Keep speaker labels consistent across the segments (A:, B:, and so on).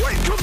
A: Welcome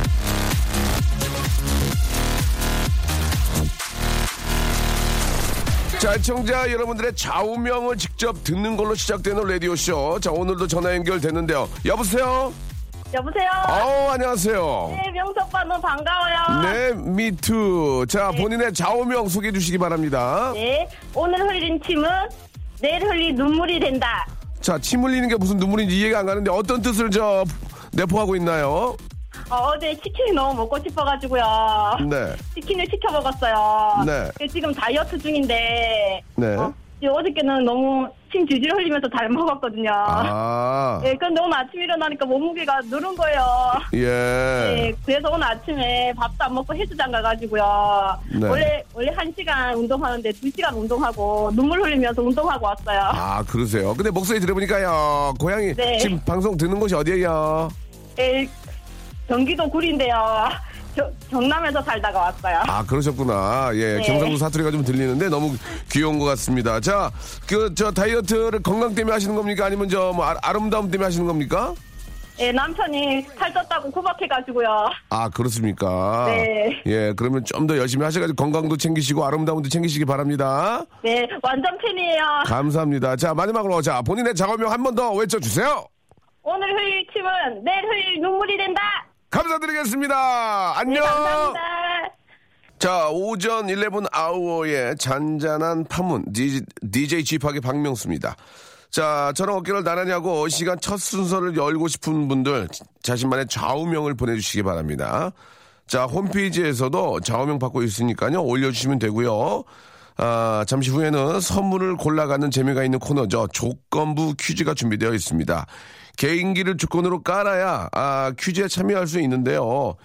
A: 자, 청자 여러분들의 좌우명을 직접 듣는 걸로 시작되는 라디오쇼. 자, 오늘도 전화 연결됐는데요. 여보세요?
B: 여보세요.
A: 아우, 안녕하세요.
B: 네, 명수 오빠 너무 반가워요.
A: 네, 미투. 자, 본인의 좌우명 소개해 주시기 바랍니다.
B: 네, 오늘 흘린 침은 내일 흘린 눈물이 된다.
A: 자, 침 흘리는 게 무슨 눈물인지 이해가 안 가는데 어떤 뜻을 저 내포하고 있나요?
B: 어, 제 치킨이 너무 먹고 싶어가지고요.
A: 네.
B: 치킨을 시켜 먹었어요.
A: 네.
B: 근데 지금 다이어트 중인데.
A: 네.
B: 어, 어저께는 너무 침 질질 흘리면서 잘 먹었거든요.
A: 아,
B: 예, 근데 오늘 아침에 일어나니까 몸무게가 누른 거예요.
A: 예.
B: 예, 그래서 오늘 아침에 밥도 안 먹고 헬스장 가가지고요.
A: 네.
B: 원래, 원래 한시간 운동하는데 두시간 운동하고 눈물 흘리면서 운동하고 왔어요.
A: 아, 그러세요. 근데 목소리 들어보니까요. 고양이
B: 네.
A: 지금 방송 듣는 곳이 어디예요?
B: 예, 경기도 구리인데요. 저- 경남에서 살다가 왔어요.
A: 아 그러셨구나. 예,
B: 네.
A: 경상도 사투리가 좀 들리는데 너무 귀여운 것 같습니다. 자, 그 저 다이어트를 건강 때문에 하시는 겁니까? 아니면 저 뭐 아름다움 때문에 하시는 겁니까?
B: 예, 남편이 살쪘다고 구박해가지고요.
A: 아 그렇습니까?
B: 네.
A: 예, 그러면 좀 더 열심히 하셔가지고 건강도 챙기시고 아름다움도 챙기시기 바랍니다.
B: 네, 완전 팬이에요.
A: 감사합니다. 자, 마지막으로 자 본인의 작업명 한 번 더 외쳐주세요.
B: 오늘 흘릴 침은 내일 흘릴 눈물이 된다.
A: 감사드리겠습니다. 안녕.
B: 감사합니다.
A: 자, 오전 11 아워의 잔잔한 파문, 디- DJ 지팍의 박명수입니다. 자, 저런 어깨를 나란히 하고 이 시간 첫 순서를 열고 싶은 분들 자신만의 좌우명을 보내주시기 바랍니다. 자, 홈페이지에서도 좌우명 받고 있으니까요. 올려주시면 되고요. 아, 잠시 후에는 선물을 골라가는 재미가 있는 코너죠. 조건부 퀴즈가 준비되어 있습니다. 개인기를 조건으로 깔아야 아, 퀴즈에 참여할 수 있는데요.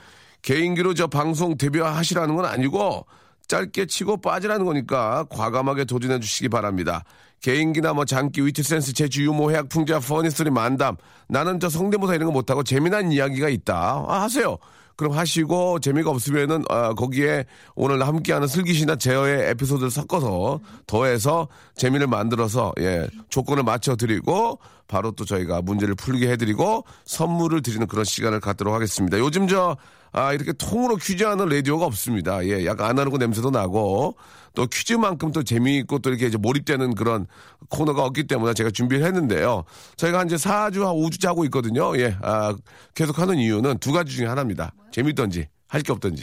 A: 개인기로 저 방송 데뷔하시라는 건 아니고 짧게 치고 빠지라는 거니까 과감하게 도전해 주시기 바랍니다. 개인기나 뭐 장기, 위트센스, 재주, 유모, 해학, 풍자, 퍼니스토리, 만담. 나는 저 성대모사 이런 거 못하고 재미난 이야기가 있다. 아, 하세요. 그럼 하시고 재미가 없으면은 아, 거기에 오늘 함께하는 슬기시나 제어의 에피소드를 섞어서 더해서 재미를 만들어서 예 조건을 맞춰 드리고 바로 또 저희가 문제를 풀게 해드리고 선물을 드리는 그런 시간을 갖도록 하겠습니다. 요즘 저 아, 이렇게 통으로 퀴즈하는 라디오가 없습니다. 예, 약간 아날로그 냄새도 나고 또 퀴즈만큼 또 재미있고 또 이렇게 이제 몰입되는 그런 코너가 없기 때문에 제가 준비를 했는데요. 저희가 한 이제 4주, 한 5주째 하고 있거든요. 예, 아, 계속 하는 이유는 두 가지 중에 하나입니다. 재밌던지, 할 게 없던지.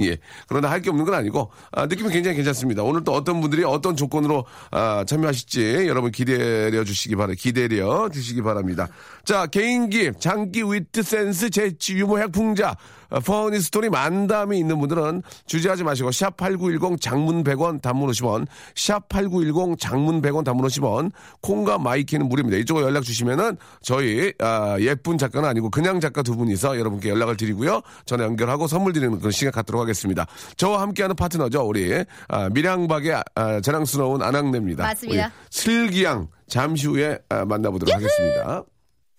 A: 예. 그러나 할 게 없는 건 아니고, 아, 느낌이 굉장히 괜찮습니다. 오늘 또 어떤 분들이 어떤 조건으로, 아, 참여하실지 여러분 기대려 주시기 바라, 기대려 주시기 바랍니다. 자, 개인기, 장기 위트 센스, 재치, 유머, 핵풍자, 어, 퍼니 스토리, 만담이 있는 분들은 주저하지 마시고, 샵8910 장문 100원, 단문 50원, 샵8910 장문 100원, 단문 50원, 콩과 마이키는 무료입니다. 이쪽으로 연락 주시면은 저희, 아, 예쁜 작가는 아니고 그냥 작가 두 분이서 여러분께 연락을 드리고요. 전화 연결하고 선물 드리는 그런 시간 갖도록 하겠습니다. 저와 함께하는 파트너죠. 우리, 아, 밀양박의 아, 자랑스러운 안악내입니다.
C: 맞습니다.
A: 우리 슬기양, 잠시 후에 아, 만나보도록 하겠습니다.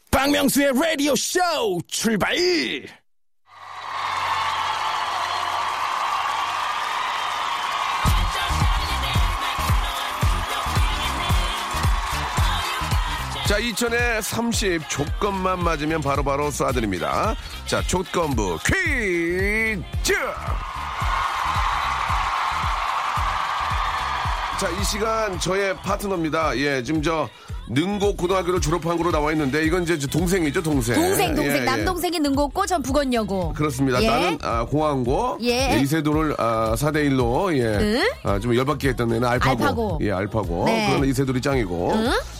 D: 박명수의 라디오 쇼 출발!
A: 자, 2000에 30 조건만 맞으면 바로바로 쏴드립니다. 자, 조건부 퀴즈! 자, 이 시간 저의 파트너입니다. 예, 지금 저 능곡 고등학교를 졸업한 거로 나와 있는데 이건 이제 동생이죠 동생.
C: 동생 동생
A: 예, 예.
C: 남동생이 능곡고 전 북원여고.
A: 그렇습니다.
C: 예?
A: 나는 아, 공항고
C: 예.
A: 예, 이세돌을 아, 4대 1로 예.
C: 응?
A: 아, 좀 열받게 했던 애는 알파고.
C: 알파고.
A: 예, 알파고.
C: 네.
A: 그러나 이세돌이 짱이고.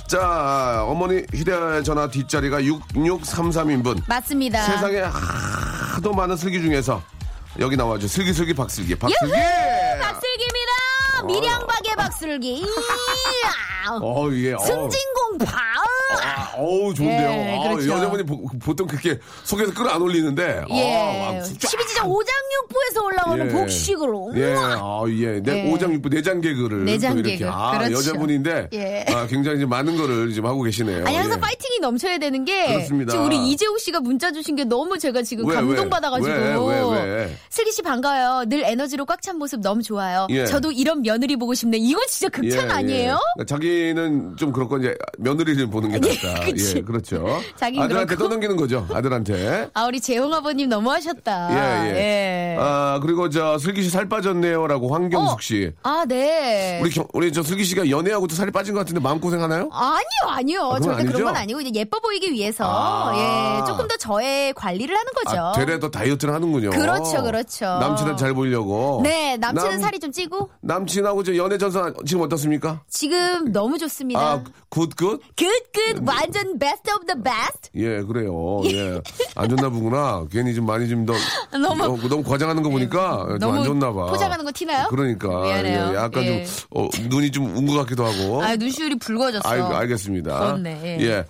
A: 자, 아, 어머니 휴대전화 뒷자리가 6633인분.
C: 맞습니다.
A: 세상에 하도 많은 슬기 중에서 여기 나와줘. 슬기슬기 박슬기. 박슬기.
C: 유후! 박슬기입니다. 밀양박의 박슬기. 이야!
A: 어, 예. 어.
C: 승진공파.
A: 아, 어우 좋은데요.
C: 예,
A: 아,
C: 그렇죠.
A: 여자분이 보, 통 그렇게 속에서 끌어 안 올리는데.
C: 예.
A: 아, 쫙.
C: 12지점 5장육부에서 올라오는
A: 예.
C: 복식으로. 음.
A: 예,
C: 우와!
A: 아, 예. 내
C: 예.
A: 오장 육부 내장 개그를.
C: 내장
A: 또 이렇게.
C: 개그.
A: 아,
C: 그렇죠.
A: 여자분인데.
C: 예.
A: 아, 굉장히 이제 많은 거를 지금 하고 계시네요.
C: 아니 항상
A: 예.
C: 파이팅이 넘쳐야 되는 게
A: 그렇습니다.
C: 지금 우리 이재우 씨가 문자 주신 게 너무 제가 지금
A: 왜,
C: 감동
A: 왜?
C: 받아가지고
A: 왜, 왜, 왜?
C: 슬기 씨 반가워요. 늘 에너지로 꽉 찬 모습 너무 좋아요.
A: 예.
C: 저도 이런 며느리 보고 싶네. 이건 진짜 극찬
A: 예, 예.
C: 아니에요?
A: 그러니까 자기는 좀 그렇고 이제 며느리를 보는 게 낫다.
C: 그치.
A: 예, 그렇죠.
C: 자기는
A: 아들한테
C: 그렇고.
A: 떠넘기는 거죠. 아들한테.
C: 아 우리 재홍 아버님 너무하셨다.
A: 예, 예. 아, 그리고 저 슬기 씨 살 빠졌네요라고
C: 어.
A: 황경숙 씨.
C: 아 네.
A: 우리 경- 우리 저 슬기 씨가 연애하고 또 살이 빠진 것 같은데 마음 고생 하나요?
C: 아니요, 아니요.
A: 그건
C: 절대 그런
A: 아니죠?
C: 건 아니고 이제 예뻐 보이기 위해서
A: 아.
C: 예 조금 더 저의 관리를 하는 거죠.
A: 아, 되레 더 다이어트를 하는군요.
C: 그렇죠, 그렇죠.
A: 남친은 잘 보이려고.
C: 네, 남친은
A: 남-
C: 살이 좀 찌고
A: 남친하고 저 연애 전선 지금 어떻습니까?
C: 지금 너무 좋습니다.
A: 아, 굿굿?
C: 굿굿 완전 best of the best.
A: 예, 그래요. 예. 안 좋나 보구나. 괜히 좀 많이 좀 더.
C: 너무- 예.
A: 어, 너무 과장하는 거 보니까 좀 안
C: 너무
A: 좋나 봐.
C: 포장하는 거 티나요?
A: 그러니까.
C: 미안해요.
A: 예, 약간
C: 예.
A: 좀, 어, 눈이 좀 운 것 같기도 하고.
C: 아 눈시울이 붉어졌어.
A: 알, 알겠습니다.
C: 그렇네, 예.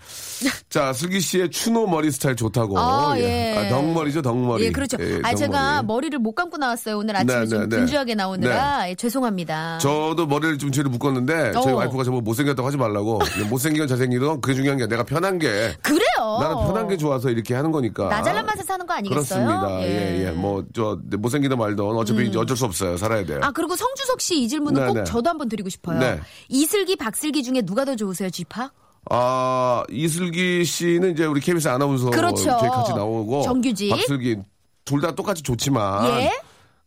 A: 자, 슬기 씨의 추노 머리 스타일 좋다고.
C: 아, 예.
A: 아, 덩머리죠, 덩머리.
C: 예, 그렇죠.
A: 예,
C: 아, 제가
A: 덩머리.
C: 머리를 못 감고 나왔어요. 오늘 아침에
A: 네,
C: 좀
A: 네, 네.
C: 분주하게 나오느라 예, 죄송합니다.
A: 저도 머리를 좀 뒤로 묶었는데 저희
C: 어.
A: 와이프가 저보고 못생겼다고 하지 말라고 못생기건 잘생기건 그게 중요한 게 아니라 내가 편한 게
C: 그래요.
A: 나는 편한 게 좋아서 이렇게 하는 거니까
C: 어. 나 잘난 맛에 사는 거 아니겠어요? 음.
A: 그렇습니다 예예 뭐 저 못생기든 말든 어차피 어쩔 수 없어요 살아야 돼요
C: 아 그리고 성주석 씨 이 질문은
A: 네,
C: 꼭
A: 네.
C: 저도 한번 드리고 싶어요.
A: 네.
C: 이슬기 박슬기 중에 누가 더 좋으세요, 쥐파?
A: 아 이슬기 씨는 이제 우리 KBS 아나운서
C: 그렇죠.
A: 이렇게 같이 나오고
C: 정규직.
A: 박슬기 둘 다 똑같이 좋지만
C: 예?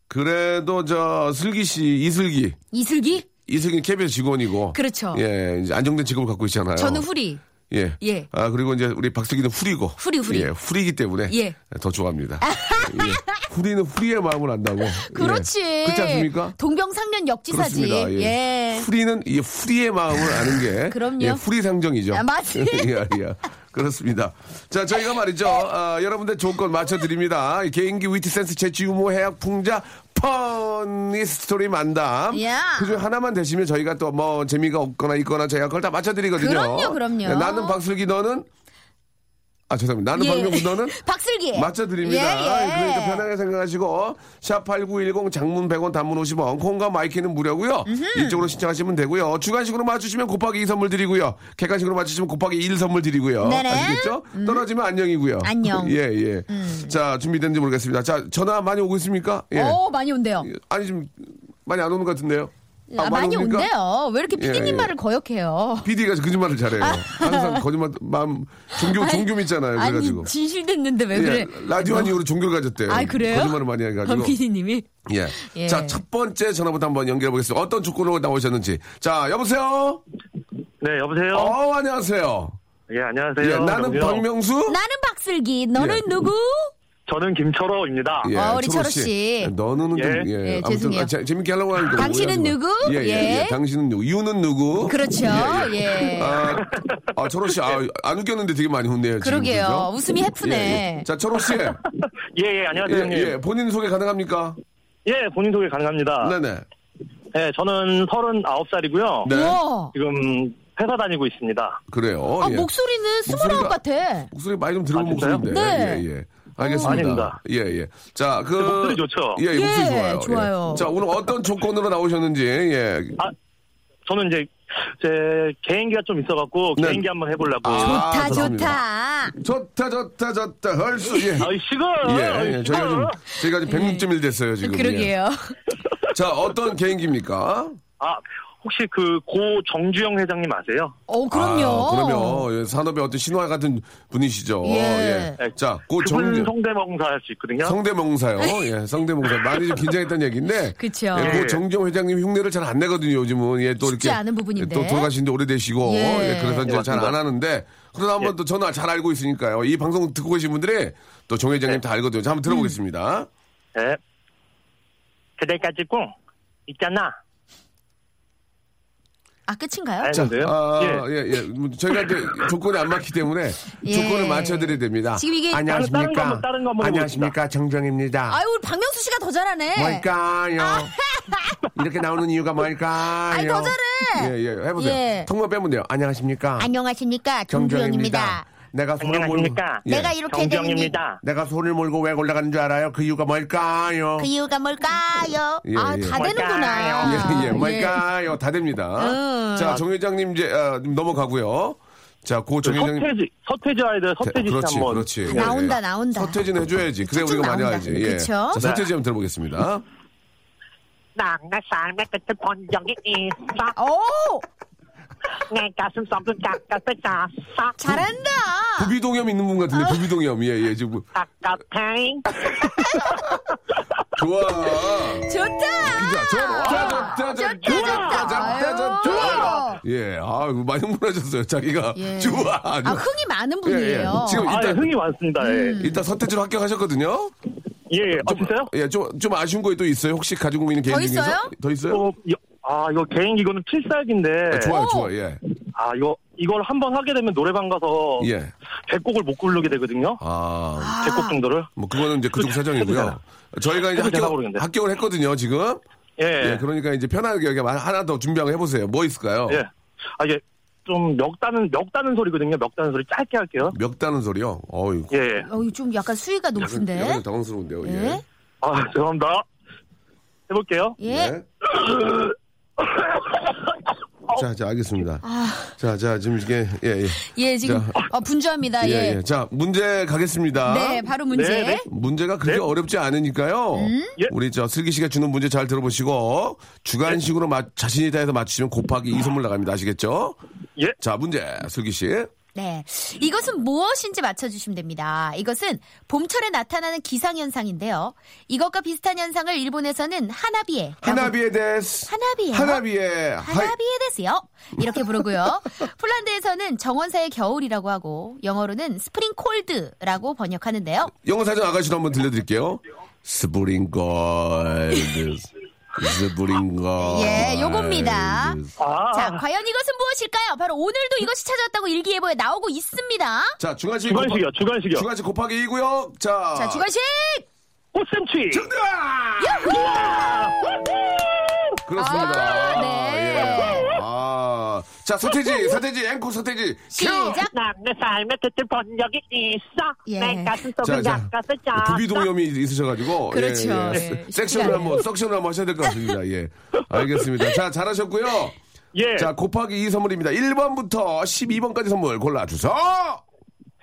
A: 그래도 저 슬기 씨 이슬기
C: 이슬기?
A: 이슬기 KBS 직원이고
C: 그렇죠.
A: 예 이제 안정된 직업을 갖고 있잖아요
C: 저는 후리.
A: 예.
C: 예.
A: 아, 그리고 이제 우리 박슬기는 후리고.
C: 후리, 후리.
A: 예, 후리기 때문에.
C: 예.
A: 더 좋아합니다. 예. 후리는 후리의 마음을 안다고. 예.
C: 그렇지.
A: 그렇지 않습니까?
C: 동병상련 역지사지.
A: 그렇습니다. 예.
C: 예.
A: 후리는 이 후리의 마음을 아는 게.
C: 그럼요.
A: 예, 후리 상정이죠.
C: 아, 맞지?
A: 예, 예. 그렇습니다. 자, 저희가 말이죠. 아, 여러분들 조건 맞춰드립니다. 이 개인기 위트 센스 재치 유머 해학 풍자 펀니 스토리 만담.
C: 야.
A: 그중 하나만 되시면 저희가 또 뭐 재미가 없거나 있거나 저희가 그걸 다 맞춰드리거든요.
C: 그럼요, 그럼요.
A: 예, 나는 박슬기 너는 아 죄송합니다. 나는
C: 예.
A: 방금 너는
C: 박슬기.
A: 맞춰드립니다.
C: 예, 예.
A: 그러니까 편하게 생각하시고 샵8910 장문 100원 단문 50원 콩과 마이키는 무료고요. 이쪽으로 신청하시면 되고요. 주간식으로 맞추시면 곱하기 2 선물 드리고요. 객관식으로 맞추시면 곱하기 1 선물 드리고요.
C: 네네. 음.
A: 아시겠죠? 떨어지면 안녕이고요.
C: 안녕. 음.
A: 예, 예. 자, 준비된지 모르겠습니다. 자, 전화 많이 오고 있습니까? 예.
C: 오, 어, 많이 온대요.
A: 아니 좀 많이 안 오는 것 같은데요.
C: 아, 많이
A: 옵니까?
C: 온대요. 왜 이렇게
A: 예,
C: 피디님
A: 예.
C: 말을 거역해요?
A: PD가 거짓말을 잘해요. 항상 거짓말 마음 종교 종교 믿잖아요. 그래가지고.
C: 아. 아니, 진실됐는데 왜 그래? 어.
A: 예, 라디오 한 이후로 종교를 가졌대요.
C: 아, 그래요?
A: 거짓말을 많이 해가지고.
C: 피디님이.
A: 예.
C: 예.
A: 자, 첫 번째 전화부터 한번 연결해 보겠습니다. 어떤 조건으로 나오셨는지. 자, 여보세요?
E: 네, 여보세요?
A: 어, 안녕하세요.
E: 예, 안녕하세요.
A: 예, 나는
E: 여보세요?
A: 박명수?
C: 나는 박슬기, 너는 누구?
E: 저는 김철호입니다.
A: 예,
C: 어, 우리 철호 씨.
A: 예, 너는 좀,
E: 예.
A: 예.
C: 예,
A: 아무튼,
C: 죄송해요.
A: 아, 재- 재밌게 하려고 하는데.
C: 당신은
A: 뭐야,
C: 누구?
A: 그거. 예, 예,
C: 예.
A: 예. 당신은 누구? 유는 누구?
C: 그렇죠. 예.
A: 아, 아, 철호 씨, 아, 안 웃겼는데 되게 많이 웃네요. 지금,
C: 그러게요.
A: 그죠?
C: 웃음이
A: 예,
C: 해프네.
A: 예. 자, 철호 씨. 예,
E: 예, 예, 안녕하세요, 형님.
A: 예.
E: 예,
A: 본인 소개 가능합니까?
E: 본인 소개 가능합니다.
A: 네네.
E: 예, 저는 39살이고요.
A: 네.
C: 우와.
E: 지금 회사 다니고 있습니다.
A: 그래요.
C: 아,
A: 예.
C: 목소리는 스물아홉 같아.
A: 목소리 많이 좀 들어본
E: 아, 진짜요?
A: 목소리인데.
C: 네.
A: 예, 예. 알겠습니다.
E: 아닙니다.
A: 예, 예. 자, 그.
E: 목소리 좋죠?
A: 예, 예, 목소리
C: 예,
A: 좋아요.
C: 좋아요.
A: 자, 오늘 어떤 조건으로 나오셨는지, 예.
E: 저는 이제 제 개인기가 좀 있어갖고
A: 네.
E: 개인기 한번 해보려고.
A: 아,
C: 좋다,
A: 좋습니다.
C: 좋다.
A: 좋다, 좋다, 좋다, 헐수, 예.
E: 아이, 시끄러
A: 예, 예. 저희가 좀, 저희가 지금 106.1 됐어요, 지금. 예.
C: 그러게요.
A: 자, 어떤 개인기입니까?
E: 아, 혹시 그 고 정주영 회장님 아세요?
F: 어, 그럼요.
A: 아, 그럼요. 예, 산업의 어떤 신화 같은 분이시죠.
F: 예.
A: 예. 자, 고
E: 그분
A: 정
E: 성대모사 할 수 있거든요.
A: 성대몽사요. 예, 성대몽사. 많이 좀 긴장했다는 얘기인데.
F: 그쵸.
A: 예, 고 정정 회장님 흉내를 잘 안 내거든요, 요즘은. 예, 또
F: 쉽지
A: 이렇게.
F: 않은 부분인데.
A: 또 돌아가신 지 오래되시고.
F: 예.
A: 예, 그래서 이제
E: 네,
A: 잘 안
E: 맞습니다. 예.
A: 하는데. 그러나 한번 또 저는 잘 알고 있으니까요. 이 방송 듣고 계신 분들이 또 정
E: 예.
A: 회장님 다 알거든요. 자, 한번 들어보겠습니다.
E: 네. 그래가지고 있잖아.
F: 아, 끝인가요?
A: 자,
E: 아닌데요?
A: 아,
E: 예.
A: 예, 예. 뭐 저희가 또 조건이 안 맞기 때문에
F: 예.
A: 조건을 맞춰드려야 됩니다.
F: 지금 이게
A: 안녕하십니까.
E: 다른 거 한번, 다른 거 한번
A: 안녕하십니까. 정정입니다.
F: 아유, 우리 박명수 씨가 더 잘하네.
A: 뭘까요? 이렇게 나오는 이유가 뭘까요?
F: 아. 아니, 더 잘해.
A: 예, 예. 해보세요.
F: 예.
A: 통만 빼면 돼요. 안녕하십니까.
F: 안녕하십니까.
A: 정정입니다.
F: 정주영입니다.
A: 내가 손을 몰고.
E: 안녕하십니까?
A: 예.
F: 내가 이렇게
E: 정주영입니다.
A: 내가 손을 몰고 왜 올라가는 줄 알아요? 그 이유가 뭘까요?
F: 그 이유가 뭘까요?
A: 예,
F: 아,
A: 예.
F: 다 되는구나.
A: 예, 예, 뭘까요? 다 됩니다.
F: 음.
A: 자, 정 회장님 이제 아, 넘어가고요. 자, 고 정 회장님.
E: 그 서태지, 서태지 아이들 서태지 씨
A: 그렇지,
E: 한번. 네,
A: 그렇지.
F: 아,
A: 예,
F: 나온다,
A: 예.
F: 나온다.
A: 서태지는 해줘야지. 그래
F: 쭉쭉
A: 우리가 많이
F: 나온다.
A: 알지. 예.
F: 그쵸? 네.
A: 자, 서태지 한번 들어보겠습니다.
G: 나나 삶의 끝에 본 적이 있어
F: 오!
G: 내 가슴 속도 답답해 잤어
F: 잘한다.
A: 부비동염 있는 분
F: 아.
A: 같은데 부비동염. 예, 예. 지금
G: 답답해
A: 좋아.
F: 좋다.
A: 자, 좋아. 좋다, 좋다, 좋다, 좋다, 좋다, 좋아.
F: 좋다.
A: 예, 아, 많이 흥분하셨어요. 자기가
F: 예.
A: 좋아.
F: 아, 흥이 많은
A: 예,
F: 분이에요.
A: 예. 지금
E: 아, 예,
A: 일단
E: 흥이 많습니다. 예.
F: 음.
A: 일단 서태지로 합격하셨거든요.
E: 예, 예. 아, 진짜요?
A: 예, 좀, 좀 아쉬운 거에 또 있어요. 혹시 가지고 있는 개인
F: 더 있어요?
A: 중에서 더 있어요?
E: 어, 네. 여- 아, 이거 개인기 이거는 필살기인데.
A: 아, 좋아요,
F: 오.
A: 좋아. 예,
E: 아, 이거, 이걸 한번 하게 되면 노래방 가서.
A: 예.
E: 100곡을 못 부르게 되거든요.
A: 아,
F: 아,
E: 100곡 정도를.
A: 뭐 그거는 이제 그쪽 사정이고요.
E: 해보잖아.
A: 저희가 이제
E: 해도 되나
A: 합격,
E: 모르겠네.
A: 합격을 했거든요. 지금.
E: 예.
A: 예, 그러니까 이제 편하게 여기 하나 더 준비하고 해보세요. 뭐 있을까요?
E: 예. 아, 이게 좀 멱다는, 멱다는 소리거든요. 멱다는 소리 짧게 할게요.
A: 멱다는 소리요. 어이,
E: 예, 예.
F: 어, 좀 약간 수위가
A: 약간
F: 높은데.
A: 당황스러운데요. 예.
F: 예?
E: 아, 죄송합니다. 해볼게요.
F: 예.
A: 네. 자, 자, 알겠습니다.
F: 아,
A: 자, 자, 지금 이게 예, 예,
F: 예, 지금 어, 분주합니다.
A: 예,
F: 예.
A: 예. 자, 문제 가겠습니다.
F: 네, 바로 문제.
E: 네, 네.
A: 문제가 그렇게
E: 네.
A: 어렵지 않으니까요.
F: 음?
E: 예.
A: 우리 저 슬기 씨가 주는 문제 잘 들어보시고 주관식으로 맞- 자신이 다해서 맞추시면 곱하기 이 선물 나갑니다. 아시겠죠?
E: 예.
A: 자, 문제 슬기 씨.
F: 네. 이것은 무엇인지 맞춰주시면 됩니다. 이것은 봄철에 나타나는 기상현상인데요. 이것과 비슷한 현상을 일본에서는 하나비에.
A: 하나비에 대해서
F: 아, 뭐, 하나비에요?
A: 하나비에 하이-
F: 하나비에 됐어요. 이렇게 부르고요. 폴란드에서는 정원사의 겨울이라고 하고 영어로는 스프링 콜드라고 번역하는데요.
A: 영어 사전 아가씨로 한번 들려드릴게요. 스프링걸드. 스프링걸드.
F: 예, 요겁니다.
E: 아,
F: 자, 과연 이것은 무엇일까요? 바로 오늘도 이것이 찾아왔다고 일기예보에 나오고 있습니다.
A: 자, 주관식.
E: 주관식이요,
A: 곱하-
E: 주관식이요.
A: 주관식 곱하기 2고요 자.
F: 자, 주관식!
E: 꽃샘추위!
A: 그렇습니다.
F: 아, 네.
A: 예. 아. 자, 서태지, 서태지, 앵콜 서태지.
F: 시작!
G: 나내 삶의 끝에 본 적이 있어
F: 예.
G: 내 가슴
A: 자, 자.
G: 속도
A: 그
G: 답답해 잤어
A: 부비동염이 있으셔가지고.
F: 그렇죠. 예,
A: 섹-
F: 쉽지
A: 섹션을
F: 않아요.
A: 한번, 섹션을 한번 하셔야 될 것 같습니다. 예. 알겠습니다. 자, 잘하셨고요.
E: 예.
A: 자, 곱하기 2 선물입니다. 1번부터 12번까지 선물 골라주세요.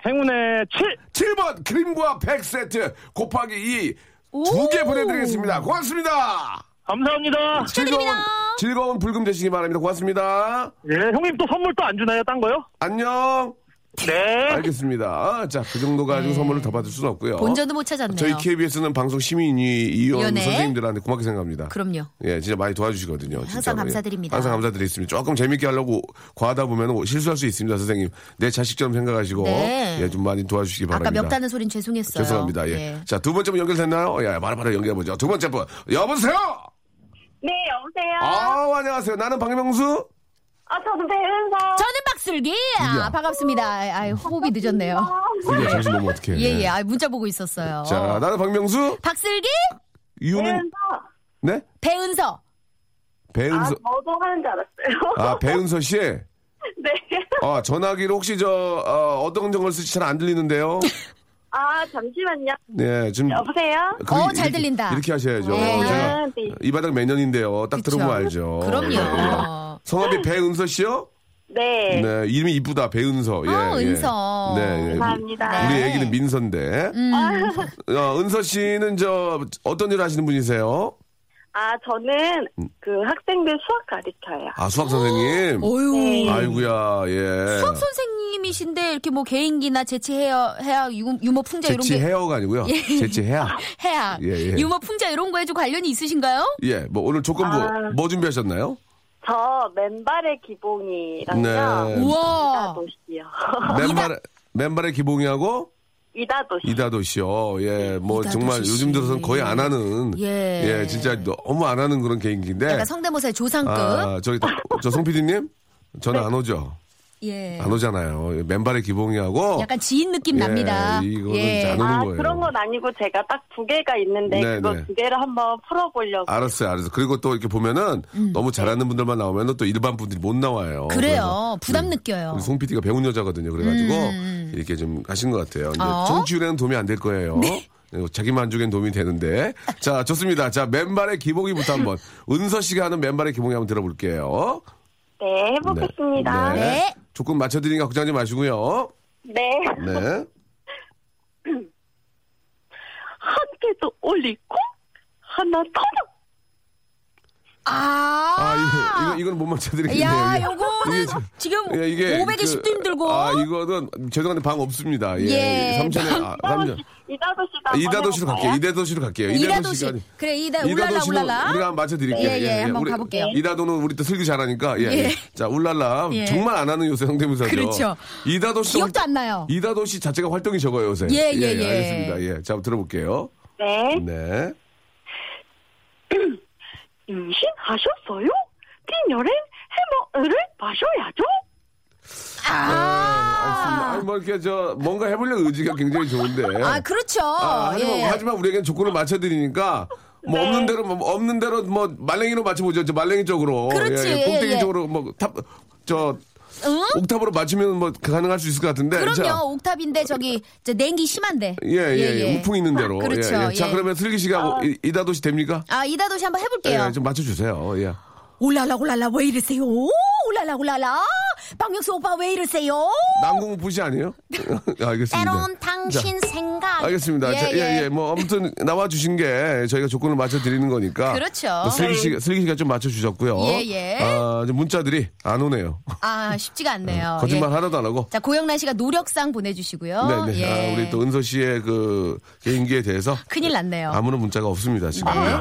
E: 행운의 7!
A: 7번 크림과 100세트 곱하기 2 두 개 보내드리겠습니다. 고맙습니다.
E: 감사합니다.
A: 즐거운, 즐거운 불금 되시기 바랍니다. 고맙습니다.
E: 예, 형님 또 선물 또 안 주나요? 딴 거요?
A: 안녕.
E: 네.
A: 알겠습니다. 자, 그 정도 가지고 선물을 더 받을 수는 없고요.
F: 네. 본전도 못 찾았네요.
A: 어, 저희 KBS는 방송 시민위원
F: 위원회.
A: 선생님들한테 고맙게 생각합니다.
F: 그럼요.
A: 예, 진짜 많이 도와주시거든요. 진짜로.
F: 감사드립니다.
A: 예. 항상 감사드리겠습니다. 조금 재밌게 하려고 과하다 보면 실수할 수 있습니다, 선생님. 내 자식처럼 생각하시고
F: 네.
A: 예, 좀 많이 도와주시기
F: 아까
A: 바랍니다.
F: 멱다는 소린 죄송했어요.
A: 죄송합니다. 예.
F: 예.
A: 자, 두 번째 분 연결됐나요? 예, 바로바로 연결해보죠. 두 번째 분. 여보세요?
B: 네, 여보세요?
A: 아, 안녕하세요. 나는 박명수?
B: 아, 저도 배은서.
F: 저는 박슬기!
A: 슬기야.
F: 아, 반갑습니다. 아, 아, 호흡이 늦었네요.
A: 슬기야, 아, 정신 너무 어떡해.
F: 예, 예. 아, 문자 보고 있었어요.
A: 자, 나는 박명수?
F: 박슬기,
A: 유는?
B: 배은서.
A: 네?
F: 배은서.
B: 아,
A: 배은서.
B: 저도 하는 줄 알았어요.
A: 아, 배은서 씨?
B: 네.
A: 아, 전화기로 혹시 저, 어, 어떤 정을 쓰지 잘 안 들리는데요?
B: 아, 잠시만요.
A: 예, 지금.
B: 여보세요?
A: 그게
F: 어, 잘
A: 이렇게-
F: 들린다.
A: 이렇게 하셔야죠.
F: 예,
A: 제가
B: 아, 네.
A: 이 바닥 매년인데요. 딱
F: 그쵸?
A: 들어보면 알죠.
F: 그럼요.
A: 예. 성함이 배은서 씨요?
B: 네.
A: 네, 이름이 이쁘다. 배은서. 예,
F: 아,
A: 예.
F: 은서.
A: 네, 예.
B: 감사합니다.
A: 우리
F: 네.
A: 애기는 민서인데.
F: 음.
A: 어, 은서 씨는 저 어떤 일을 하시는 분이세요?
B: 아, 저는
A: 음.
B: 그 학생들 수학 가르쳐요.
A: 아, 수학 선생님.
F: 어유.
A: 아이고야, 예.
F: 수학 선생님이신데 이렇게 뭐 개인기나 재치 헤어 헤어 유- 유머 풍자 이런
A: 재치
F: 게 예.
A: 헤어가 아니고요. 재치 헤어.
F: 헤어
A: 예, 예.
F: 유머 풍자 이런 거에 좀 관련이 있으신가요?
A: 예, 뭐 오늘 조건부
B: 아.
A: 뭐 준비하셨나요?
B: 저 맨발의 기봉이랑요.
A: 네.
F: 어. 우와.
B: 이다도시요.
F: 어,
A: 맨발 맨발의 기봉이하고
B: 이다도시.
A: 이다도시요. 예, 뭐
F: 이다도
A: 정말
F: 씨.
A: 요즘 들어서는 거의 안 하는.
F: 예.
A: 예, 진짜 너무 안 하는 그런 개인기인데.
F: 약간 성대모사의 조상급.
A: 아, 저기 저송 PD님 저는
F: 네.
A: 안 오죠.
F: 예.
A: 안 오잖아요. 맨발의 기봉이하고.
F: 약간 지인 느낌
A: 예,
F: 납니다.
A: 이거는 이제 안 오는
B: 아,
A: 거예요.
B: 그런 건 아니고 제가 딱 두 개가 있는데
A: 네,
B: 그거
A: 네.
B: 두 개를 한번 풀어보려고.
A: 알았어요, 알았어. 그리고 또 이렇게 보면은 너무 잘하는 분들만 나오면 또 일반 분들이 못 나와요.
F: 음. 그래요. 부담
A: 우리-
F: 느껴요.
A: 우리 송 PD가 배운 여자거든요. 그래가지고
F: 음.
A: 이렇게 좀 하신 것 같아요. 이제
F: 어? 네.
A: 정치율에는 도움이 안 될 거예요. 예, 자기 만족엔 도움이 되는데. 자, 좋습니다. 자, 맨발의 기복이부터 한번. 은서 씨가 하는 맨발의 기복이 한번 들어볼게요.
B: 네, 해보겠습니다.
F: 네. 네.
A: 조금 맞춰드리니까 걱정하지 마시고요.
B: 네.
A: 네.
B: 한 개 더 올리고 하나 더.
A: 아,
F: 아,
A: 이거, 이거, 이건 못 맞춰드리겠네요.
F: 야,
A: 이게-
F: 요거는
A: 이게 지-
F: 지금
A: 예, 이게
F: 510도
A: 그-
F: 힘들고.
A: 아, 이거는 죄송한데 방 없습니다.
F: 예,
A: 예. 삼천에 아, 삼천.
B: 어, 이다도시다.
A: 아, 이다도시로 갈게요. 이다도시로 갈게요.
F: 이다도시.
A: 이다도시가-
F: 그래, 이다, 울랄라,
A: 이다도시는 뭐
F: 울랄라.
A: 우리가 한번 맞춰드릴게요.
F: 예, 예, 한번
A: 우리-
F: 가볼게요.
A: 이다도는 우리 또 슬기 잘하니까. 예.
F: 예.
A: 자, 울랄라.
F: 예.
A: 정말 안 하는 요새 성대모사죠.
F: 그렇죠.
A: 이다도시.
F: 기억도 안 나요.
A: 이다도시 자체가 활동이 적어요, 요새.
F: 예, 예, 예.
A: 알겠습니다. 예. 자, 들어볼게요.
B: 네.
A: 네.
B: 임신하셨어요? 빈혈엔 해머를 마셔야죠.
A: 알겠습니다.
F: 아,
A: 아니, 뭐 이렇게 저, 뭔가 해보려는 의지가 굉장히 좋은데.
F: 아, 그렇죠.
A: 예. 아, 하지만,
F: 예. 네.
A: 하지만 우리에겐 조건을 맞춰드리니까 뭐 없는 대로 뭐 없는 대로 뭐 말랭이로 맞춰보죠. 저 말랭이 쪽으로,
F: 그렇지,
A: 예, 예, 꽁땡이
F: 예, 예.
A: 쪽으로 뭐탑저
F: 응?
A: 옥탑으로 맞추면 뭐 가능할 수 있을 것 같은데. 자,
F: 그럼요. 옥탑인데 저기 저 냉기 심한데.
A: 예, 예, 예, 우풍 있는 대로. 예,
F: 그렇죠.
A: 예. 자,
F: 예.
A: 그러면 슬기 씨가 뭐 이- 이다도시 됩니까?
F: 아, 이다도시 한번 해볼게요.
A: 예, 좀 맞춰주세요. 예.
F: 올랄라, 올랄라, 왜 이러세요? 올랄라, 올랄라. 박명수 오빠 왜 이러세요?
A: 난공 부시 아니에요? 알겠습니다.
F: 때론 당신 생각.
A: 알겠습니다. 자, 예, 예, 뭐, 아무튼, 나와주신 게 저희가 조건을 맞춰드리는 거니까.
F: 그렇죠.
A: 뭐 슬기 씨가, 슬기 씨가 좀 맞춰주셨고요.
F: 예, 예.
A: 아, 이제 문자들이 안 오네요.
F: 아, 쉽지가 않네요.
A: 음, 거짓말
F: 예.
A: 하나도 안 하고.
F: 자, 고영란 씨가 노력상 보내주시고요.
A: 네네.
F: 예.
A: 아, 우리 또 은서 씨의 그 개인기에 대해서
F: 큰일 났네요.
A: 아무런 뭐? 문자가 없습니다 지금. 네.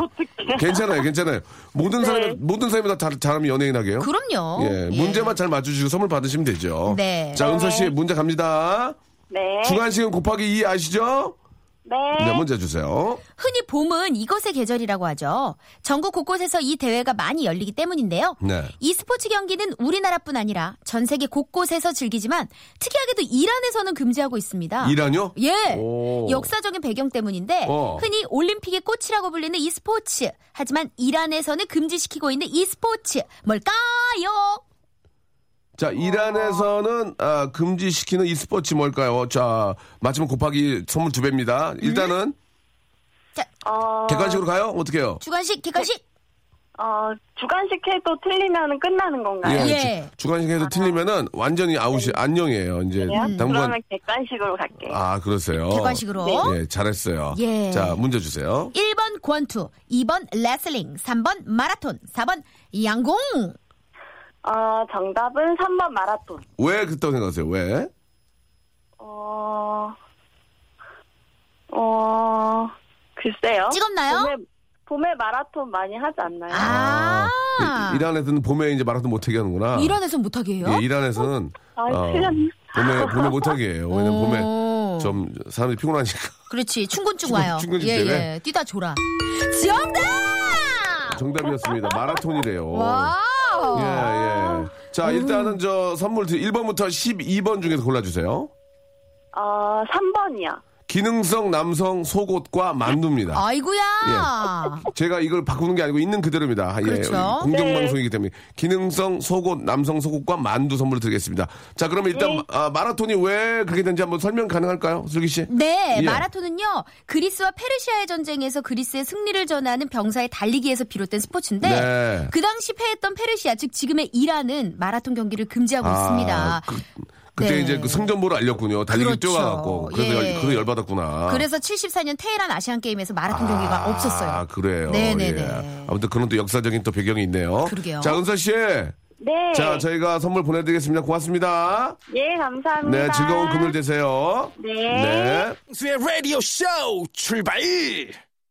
A: 괜찮아요, 괜찮아요. 모든 사람이 모든 사람이 다 잘- 잘하면 연예인 하게요.
F: 그럼요.
A: 예, 문제만 잘 맞춰주시고 선물 받으시면 되죠.
F: 네.
A: 자, 은서 씨 문제 갑니다.
B: 네.
A: 주간시간 곱하기 2 아시죠?
B: 네.
A: 네, 문제 주세요.
F: 흔히 봄은 이것의 계절이라고 하죠. 전국 곳곳에서 이 대회가 많이 열리기 때문인데요.
A: 네.
F: 이 스포츠 경기는 우리나라뿐 아니라 전 세계 곳곳에서 즐기지만 특이하게도 이란에서는 금지하고 있습니다.
A: 이란요?
F: 예.
A: 오.
F: 역사적인 배경 때문인데
A: 어.
F: 흔히 올림픽의 꽃이라고 불리는 이 스포츠. 하지만 이란에서는 금지시키고 있는 이 스포츠 뭘까요?
A: 자, 이란에서는 아, 금지시키는 이 스포츠 뭘까요? 자, 맞히면 곱하기 선물 두 배입니다. 일단은
F: 자,
B: 어,
A: 객관식으로 가요? 어떻게요?
F: 주관식, 객관식.
B: 어, 주간식 해도 틀리면 끝나는 건가요?
A: 예,
F: 예.
A: 주, 간식에서 틀리면은 완전히 아웃이 안녕이에요. 이제 당분간
B: 네. 그러면 객관식으로 갈게요.
A: 아 그러세요.
F: 객관식으로.
A: 예, 잘했어요.
F: 예.
A: 자 문제 주세요.
F: 1번 권투, 2번 레슬링, 3번 마라톤, 4번 양궁.
A: 아.
B: 어, 정답은 3번 마라톤.
A: 왜 그렇다고 생각하세요? 왜?
B: 어, 어, 글쎄요.
F: 찍었나요?
B: 봄에, 봄에 마라톤 많이 하지 않나요?
F: 아,
A: 이- 이란에서는 봄에 이제 마라톤 못하게 하는구나.
F: 이란에서 못하게 해요?
A: 예, 이란에서는
B: 아,
A: 어,
B: 틀렸네.
A: 봄에 봄에 못하게 해요. 왜냐면
F: 오.
A: 봄에 좀 사람들이 피곤하니까.
F: 그렇지, 춘곤증 와요.
A: 춘곤증
F: 예,
A: 때문에?
F: 예, 뛰다 졸아. 정답!
A: 정답이었습니다. 마라톤이래요.
F: 와우!
A: 예, 예. 자, 일단은 저 선물 1번부터 12번 중에서 골라주세요.
B: 어, 3번이요.
A: 기능성 남성 속옷과 만두입니다.
F: 아이고야.
A: 제가 이걸 바꾸는 게 아니고 있는 그대로입니다. 예,
F: 그렇죠.
A: 공정방송이기 때문에 기능성 속옷, 남성 속옷과 만두 선물을 드리겠습니다. 자, 그러면 일단
F: 네.
A: 아, 마라톤이 왜 그렇게 된지 한번 설명 가능할까요, 슬기 씨?
F: 네,
A: 예.
F: 마라톤은요, 그리스와 페르시아의 전쟁에서 그리스의 승리를 전하는 병사의 달리기에서 비롯된 스포츠인데,
A: 네.
F: 그 당시 패했던 페르시아, 즉 지금의 이란은 마라톤 경기를 금지하고
A: 아,
F: 있습니다.
A: 그, 그때
F: 네.
A: 이제 그 승전보를 알렸군요. 달리기
F: 그렇죠.
A: 뛰어가갖고 그래서
F: 예.
A: 열, 그래서 열받았구나.
F: 그래서 74년 테헤란 아시안 게임에서 마라톤 경기가
A: 아,
F: 없었어요.
A: 그래요.
F: 네네네.
A: 예. 아무튼 그런 또 역사적인 또 배경이 있네요.
F: 그러게요.
A: 자, 은서 씨.
B: 네.
A: 자, 저희가 선물 보내드리겠습니다. 고맙습니다.
B: 예, 감사합니다.
A: 네, 즐거운 금요일 되세요.
B: 네.
A: 네.
D: 박명수의 라디오 쇼 출발!
G: 예,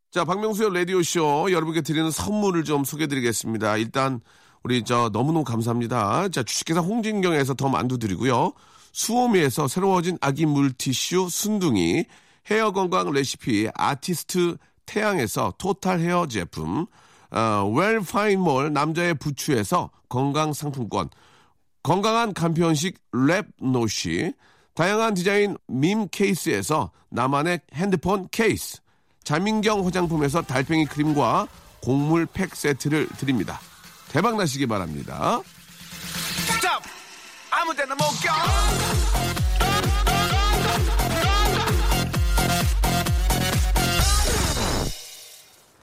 A: 자, 박명수의 라디오쇼 여러분께 드리는 선물을 좀 소개드리겠습니다. 일단, 우리 저 너무너무 감사합니다. 자, 주식회사 홍진경에서 더 만두 드리고요. 수오미에서 새로워진 아기 물티슈 순둥이, 헤어 건강 레시피 아티스트 태양에서 토탈 헤어 제품, 어, 웰파인몰 남자의 부추에서 건강 상품권, 건강한 간편식 랩노시, 다양한 디자인 밈 케이스에서 나만의 핸드폰 케이스, 자민경 화장품에서 달팽이 크림과 곡물 팩 세트를 드립니다. 대박 나시기 바랍니다.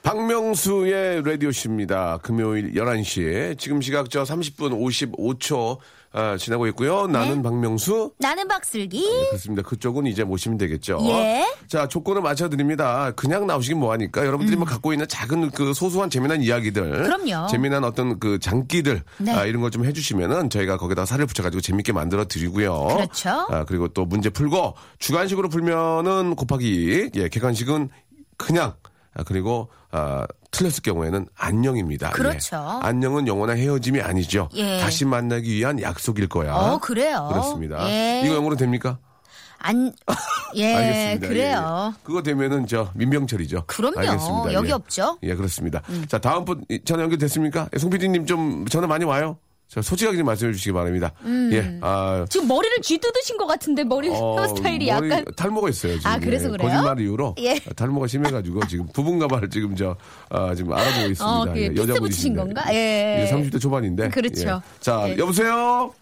A: 박명수의 라디오쇼입니다. 금요일 11시에 지금 시각 저 30분 55초 아, 지나고 있고요. 나는 박명수
F: 나는 박슬기.
A: 예, 그렇습니다. 그쪽은 이제 모시면 되겠죠.
F: 예.
A: 자, 조건을 맞춰드립니다. 그냥 나오시긴 뭐하니까 여러분들이 뭐 갖고 있는 작은 그 소소한 재미난 이야기들.
F: 음. 그럼요.
A: 재미난 어떤 그 장기들.
F: 네.
A: 아, 이런 걸 좀 해주시면은 저희가 거기다 살을 붙여가지고 재밌게 만들어 드리고요.
F: 그렇죠.
A: 아, 그리고 또 문제 풀고 주간식으로 풀면은 곱하기 2. 예, 객관식은 그냥. 아, 그리고, 아, 틀렸을 경우에는 안녕입니다.
F: 그렇죠.
A: 예. 안녕은 영원한 헤어짐이 아니죠.
F: 예.
A: 다시 만나기 위한 약속일 거야.
F: 어, 그래요.
A: 그렇습니다.
F: 예.
A: 이거 영어로 됩니까?
F: 안, 예,
A: 알겠습니다.
F: 그래요.
A: 예, 예. 그거 되면은 저 민병철이죠.
F: 그럼요.
A: 알겠습니다.
F: 여기
A: 예.
F: 없죠.
A: 예, 그렇습니다. 자, 다음 분 이, 전화 연결됐습니까? 예, 송 PD님 좀 전화 많이 와요. 자, 솔직하게 좀 말씀해 주시기 바랍니다.
F: 음.
A: 예, 아,
F: 지금 머리를 쥐뜯으신 것 같은데 머리
A: 어,
F: 헤어스타일이
A: 머리
F: 약간
A: 탈모가 있어요. 지금.
F: 아, 그래서
A: 예,
F: 그래요?
A: 거짓말 이후로
F: 예.
A: 탈모가 심해가지고 지금 부분 가발 지금 저 아, 지금 알아보고 있습니다.
F: 어, 그
A: 예,
F: 피스 붙이신
A: 여자분이신데.
F: 건가? 예.
A: 이제 30대 초반인데.
F: 그렇죠.
A: 예. 자,
F: 예.
A: 여보세요.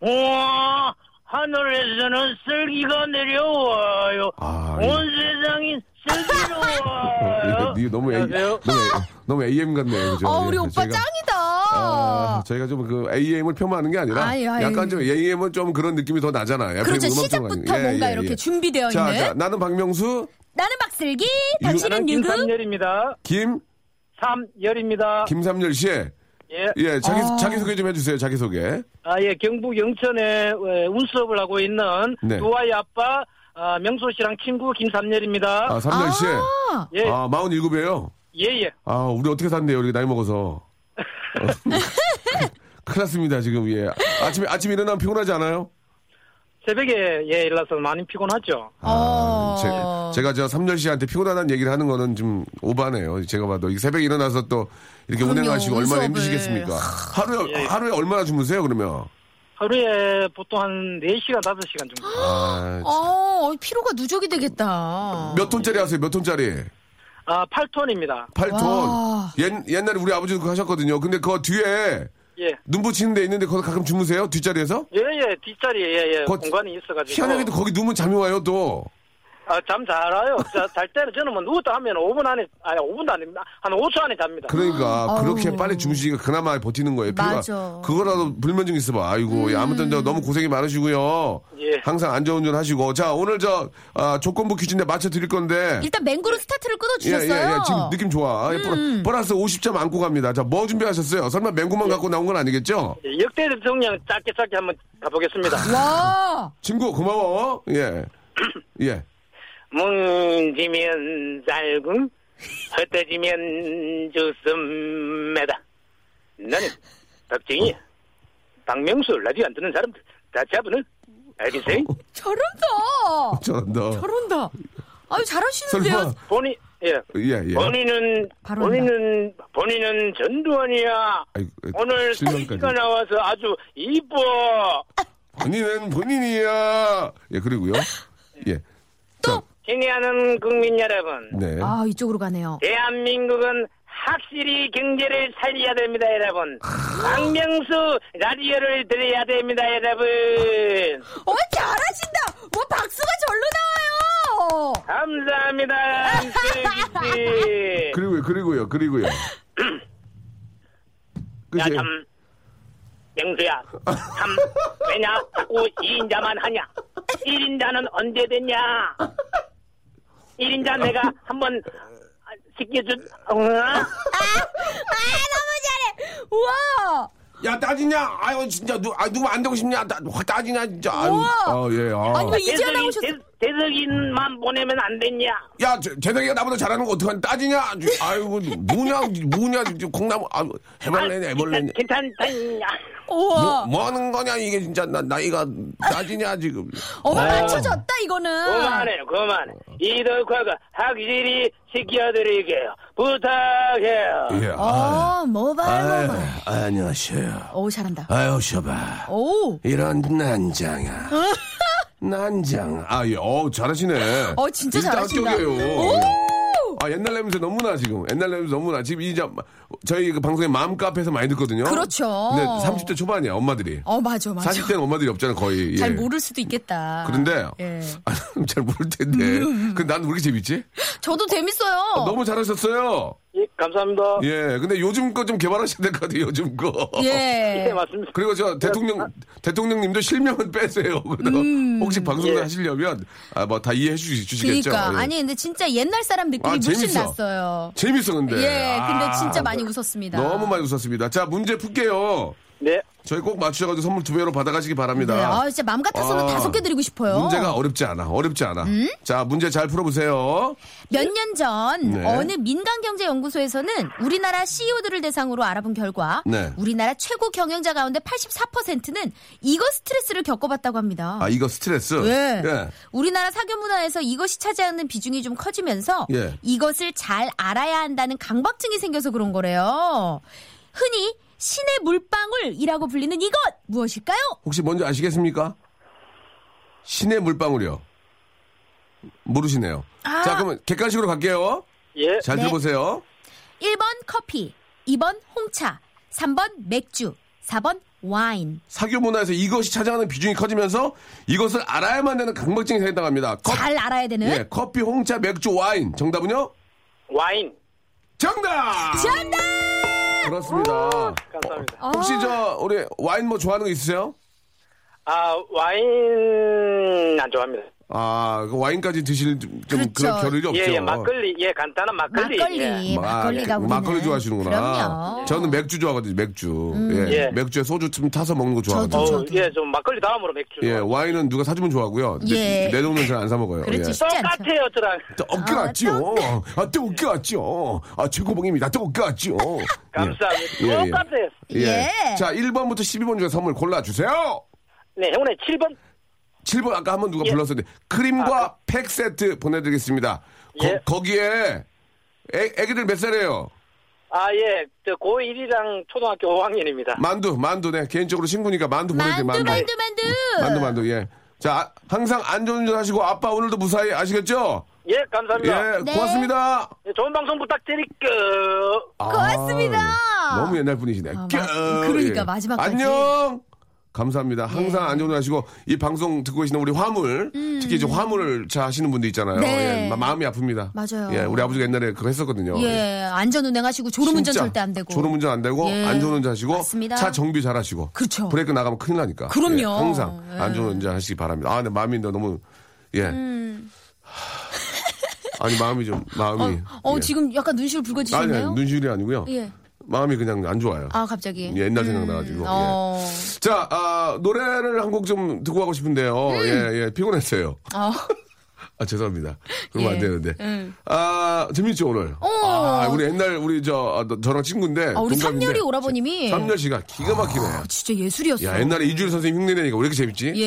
G: 우와, 하늘에서는 쓸기가 내려와요.
A: 아,
E: 예.
G: 온 세상이 쓸기로 와요.
A: 예, 너무 A,
G: 여보세요?
A: 너무, A- 너무 AM 같네요. 그죠?
F: 어,
A: 예,
F: 우리 오빠
A: 저희가-
F: 짱이다.
A: 아, 저희가 좀 그 AM을 폄하하는 게 아니라
F: 아유, 아유.
A: 약간 좀 AM은 좀 그런 느낌이 더 나잖아요.
F: 그렇죠.
A: FM 음악
F: 시작부터
A: 들어가는 게.
F: 뭔가
A: 예, 예,
F: 이렇게
A: 예.
F: 준비되어
A: 자,
F: 있는.
A: 자, 아, 나는 박명수,
F: 나는 박슬기, 당신은
E: 김
F: 유금.
E: 삼열입니다
A: 김,
E: 삼열입니다.
A: 김삼열 씨.
E: 예.
A: 예, 자기
F: 아.
A: 자기 소개 좀 해주세요. 자기 소개.
E: 아, 예, 경북 영천에 예, 운수업을 하고 있는
A: 네.
E: 두 아이 아빠 아, 명수 씨랑 친구 김삼열입니다.
A: 아, 삼열 씨.
F: 아,
E: 예,
A: 아, 47이에요.
E: 예, 예.
A: 아, 우리 어떻게 산대요, 우리 나이 먹어서. 어. 큰일 났습니다, 지금, 예. 아침에, 아침에 일어나면 피곤하지 않아요?
E: 새벽에 예 일어나서 많이 피곤하죠.
F: 어.
A: 아, 제, 가저 삼열 씨한테 피곤하다는 얘기를 하는 거는 좀 오바네요. 제가 봐도 이 새벽에 일어나서 또 이렇게
F: 그럼요,
A: 운행하시고 얼마나
F: 운수업을.
A: 힘드시겠습니까? 하루에
E: 예.
A: 하루에 얼마나 주무세요 그러면?
E: 하루에 보통 한 4시간, 5시간 정도.
A: 아,
F: 어, 피로가 누적이 되겠다.
A: 몇 톤짜리 하세요? 몇 톤짜리?
E: 아, 8톤입니다.
A: 8톤.
F: 와.
A: 옛, 옛날에 우리 아버지도 그거 하셨거든요. 근데 그 뒤에
E: 예.
A: 눈 붙이는 데 있는데 거기 가끔 주무세요? 뒷자리에서?
E: 예, 예, 뒷자리에, 예, 예,
A: 거-
E: 공간이 있어가지고.
A: 희한하게도 거기 누면 잠이 와요 또.
E: 아, 잠 잘 와요. 자, 잘 때는 저는 뭐 누웠다 하면 5분 안에, 아니, 5분도 안 됩니다. 한 5초 안에 잡니다.
A: 그러니까
F: 아유.
A: 그렇게 빨리 주무시니까 그나마 버티는 거예요. 피부가.
F: 맞아. 음.
A: 그거라도 불면증 있어봐. 아이고 예, 아무튼 저 너무 고생이 많으시고요.
E: 예.
A: 항상 안전운전 하시고 자 오늘 저 아, 조건부 퀴즈인데 맞춰 드릴 건데.
F: 일단 맹구로
A: 예,
F: 스타트를
A: 예,
F: 끊어주셨어요. 음.
A: 예. 지금 느낌 좋아. 예, 플러- 플러스 50점 안고 갑니다. 자, 뭐 준비하셨어요? 설마 맹구만
G: 예.
A: 갖고 나온 건 아니겠죠?
E: 예, 역대 대통령 짧게 짧게 한번 가보겠습니다.
D: 아.
F: 와,
A: 친구, 고마워. 예. 예.
G: 뭉지면 살궁, 흩어지면 죽습니다. 나는 박정희, 박명수 라디오 안 듣는 사람들 다 잡으는 알겠어요?
F: 잘한다.
A: 저런다.
F: 잘한다.
A: 설마.
F: 아유, 잘하시는데요.
G: 본인, 예.
A: 예, 예.
G: 본인은
F: 바로
G: 본인은 본인은 전두환이야.
A: 아이고, 에,
G: 오늘
A: 실명까지.
G: 사기가 나와서 아주 이뻐.
A: 본인은 본인이야. 예, 그리고요.
F: 아.
A: 예. 또.
G: 친애하는 국민 여러분,
A: 네.
F: 아, 이쪽으로 가네요.
G: 대한민국은 확실히 경제를 살려야 됩니다, 여러분. 박명수 라디오를 들어야 됩니다, 여러분.
F: 어, 잘하신다. 뭐 박수가 절로 나와요.
G: 감사합니다, 안철기 씨.
A: 그리고요, 그리고요, 그리고요.
G: 야,
A: 그치?
G: 참. 명수야, 참, 왜냐, 자꾸 2인자만 하냐? 1인자는 언제 됐냐? 1인자 내가 한번 아, 시켜준,
F: 아,
G: 어?
F: 너무 잘해. 우와.
A: 야 따지냐? 아유 진짜 누, 아, 누구 안 되고 싶냐? 따, 확 따지냐 진짜. 아유,
F: 우와.
A: 아, 예, 아.
F: 아니, 왜 이제 나오셨어?
G: 대석인, 대- 대석인만 보내면 안 됐냐?
A: 야, 제- 재석이가 나보다 잘하는 거 어떡하니? 따지냐? 아주, 아이고, 뭐냐, 뭐냐, 저 콩나물, 아, 해벌레냐, 해벌레냐.
G: 괜찮다냐?
A: 뭐,
F: 우와.
A: 뭐 하는 거냐, 이게 진짜, 나, 나이가, 따지냐, 지금.
F: 어머, 맞춰졌다,
G: 어,
F: 이거는.
G: 그만해요, 그만해. 이덕화가 확실히 시켜드릴게요. 부탁해요.
A: 예, 아,
F: 어, 모발,
A: 아유,
F: 모발.
A: 안녕하세요.
F: 오, 잘한다.
A: 아유, 셔봐.
F: 오.
A: 이런 난장아. 난장. 아, 예, 어, 잘하시네.
F: 어, 진짜
A: 이게 다
F: 잘하신다.
A: 합격이에요.
F: 오!
A: 아, 옛날 냄새 너무나 지금. 옛날 냄새 너무나. 지금 이제 저희 그 방송에 마음 카페에서 많이 듣거든요.
F: 그렇죠.
A: 근데 30대 초반이야, 엄마들이.
F: 어, 맞아, 맞아.
A: 40대는 엄마들이 없잖아, 거의. 예.
F: 잘 모를 수도 있겠다.
A: 그런데,
F: 예.
A: 아, 잘 모를 텐데. 근데 난 왜 이렇게 재밌지? 아,
F: 저도 재밌어요.
A: 너무 잘하셨어요.
G: 예, 감사합니다.
A: 예. 근데 요즘 거 좀 개발하셔야 될 것 같아요, 요즘 거.
F: 예.
G: 네, 맞습니다.
A: 그리고 저
F: 아.
A: 대통령, 대통령님도 실명은 빼세요. 그래서 혹시 방송을
G: 예.
A: 하시려면, 아, 뭐 다 이해해 주시, 주시겠죠.
F: 음. 그니까.
A: 예.
F: 그러니까. 아니, 근데 진짜 옛날 사람 느낌이
A: 아,
F: 물씬
A: 재밌어.
F: 났어요.
A: 재밌어, 근데.
F: 예, 근데
A: 아,
F: 진짜 많이 웃었습니다.
A: 너무 많이 웃었습니다. 자, 문제 풀게요.
G: 네.
A: 저희 꼭 맞추셔가지고 선물 두 배로 받아가시기 바랍니다.
F: 네, 아, 진짜 맘 같아서는
A: 아,
F: 다섯 개 드리고 싶어요. 음?
A: 문제가 어렵지 않아. 어렵지 않아. 자, 문제 잘 풀어보세요.
F: 몇 년 전
A: 네.
F: 어느 민간경제연구소에서는 우리나라 CEO들을 대상으로 알아본 결과
A: 네.
F: 우리나라 최고 경영자 가운데 84%는 이거 스트레스를 겪어봤다고 합니다.
A: 아, 이거 스트레스?
F: 예.
A: 예.
F: 우리나라 사교 문화에서 이것이 차지하는 비중이 좀 커지면서
A: 예.
F: 이것을 잘 알아야 한다는 강박증이 생겨서 그런 거래요. 흔히 신의 물방울이라고 불리는 이것 무엇일까요?
A: 혹시 뭔지 아시겠습니까? 신의 물방울이요. 모르시네요. 자, 그러면 객관식으로 갈게요.
G: 예.
A: 잘
F: 아. 네.
A: 들어보세요.
F: 1번 커피, 2번 홍차, 3번 맥주, 4번 와인.
A: 사교 문화에서 이것이 차지하는 비중이 커지면서 이것을 알아야만 되는 강박증이 생겼다고 합니다. 컵-
F: 잘 네? 알아야 되는
A: 예, 커피, 홍차, 맥주, 와인. 정답은요?
G: 와인.
A: 정답!
F: 정답! 아.
A: 그렇습니다.
G: 감사합니다.
A: 혹시 저 우리 와인 뭐 좋아하는 거 있으세요?
G: 아, 와인 안 좋아합니다.
A: 아, 그 와인까지 드실 좀그런
F: 그렇죠.
A: 겨를이 없죠.
G: 예, 예, 막걸리. 예, 간단한 막걸리. 예.
F: 막걸리,
A: 마-
F: 막걸리가 우리는.
A: 막걸리 좋아하시는구나.
F: 그럼요. 음.
A: 저는 맥주 좋아하거든요. 맥주. 예.
G: 예.
A: 맥주에 소주 좀 타서 먹는 거 좋아하거든요.
G: 어,
F: 저도.
G: 예, 좀 막걸리 다음으로 맥주.
A: 예, 와인은 누가 사주면 좋아하고요.
F: 예.
A: 내, 돈은 잘 안 사 먹어요. 예.
F: 그렇지. 쉽지 않죠.
G: 똑같아요, 저랑.
A: 또 어깨같지요. 아, 또 어깨같지요. 아, 최고봉입니다. 또 어깨같지요.
G: 감사합니다.
A: 예, 예.
G: 똑같아요.
A: 예.
F: 예.
A: 자, 1번부터 12번 중에 선물 골라주세요.
G: 네, 형님 7번.
A: 7번 아까 한 번 누가
G: 예. 아, 네.
A: 불렀었는데 크림과 팩 세트 보내드리겠습니다.
G: 예.
A: 거, 기에 애, 애기들 몇 살이에요?
G: 아, 예. 저 고1이랑 초등학교 5학년입니다.
A: 만두, 만두, 네. 개인적으로 친구니까 만두 보내드려요,
F: 만두,
A: 만두.
F: 만두, 만두.
A: 만두, 만두, 예. 자, 아, 항상 안전운전 하시고, 아빠 오늘도 무사히 아시겠죠?
G: 예, 감사합니다.
A: 예,
F: 네.
A: 고맙습니다.
G: 예, 좋은 방송 부탁드릴게요.
F: 고맙습니다.
A: 아, 너무 옛날 분이시네.
F: 마-
A: 껴.
F: 그러니까 마지막까지. 네.
A: 안녕. 감사합니다. 항상 안전을 하시고 이 방송 듣고 계시는 우리 화물 특히 이제 화물을 자 하시는 분들 있잖아요.
F: 음. 네.
A: 예, 마- 마음이 아픕니다.
F: 맞아요.
A: 예, 우리 아버지가 옛날에 그거 했었거든요.
F: 예, 안전 운행하시고 졸음운전
A: 진짜
F: 절대 안 되고.
A: 졸음운전 안 되고
F: 예.
A: 안전운전 하시고
F: 맞습니다.
A: 차 정비 잘 하시고
F: 그렇죠.
A: 브레이크 나가면 큰일 나니까.
F: 그럼요.
A: 예, 항상
F: 예.
A: 안전운전 하시기 바랍니다. 아, 내 마음이 너무 예.
F: 음.
A: 하, 아니 마음이 좀 마음이.
F: 어,
A: 예.
F: 지금 약간 눈시울
A: 아니,
F: 붉어지셨나요?
A: 아니 눈시울이 아니고요.
F: 예.
A: 마음이 그냥 안 좋아요.
F: 아, 갑자기.
A: 예, 옛날 생각 나가지고.
F: 어.
A: 예. 자, 아, 노래를 한 곡 좀 듣고 가고 싶은데요.
F: 음.
A: 예, 예, 피곤했어요.
F: 어.
A: 아, 죄송합니다. 그러면
F: 예.
A: 안 되는데.
F: 음. 어.
A: 아, 재밌죠, 오늘? 아, 우리 옛날, 우리 저, 아, 너- 저랑 친구인데.
F: 아, 우리
A: 동갑인데.
F: 삼렬이 오라버님이
A: 삼열 씨가 기가 막히네.
F: 아, 진짜 예술이었어.
A: 야, 옛날에 이주일 선생님 흉내내니까 왜 이렇게 재밌지?
F: 예.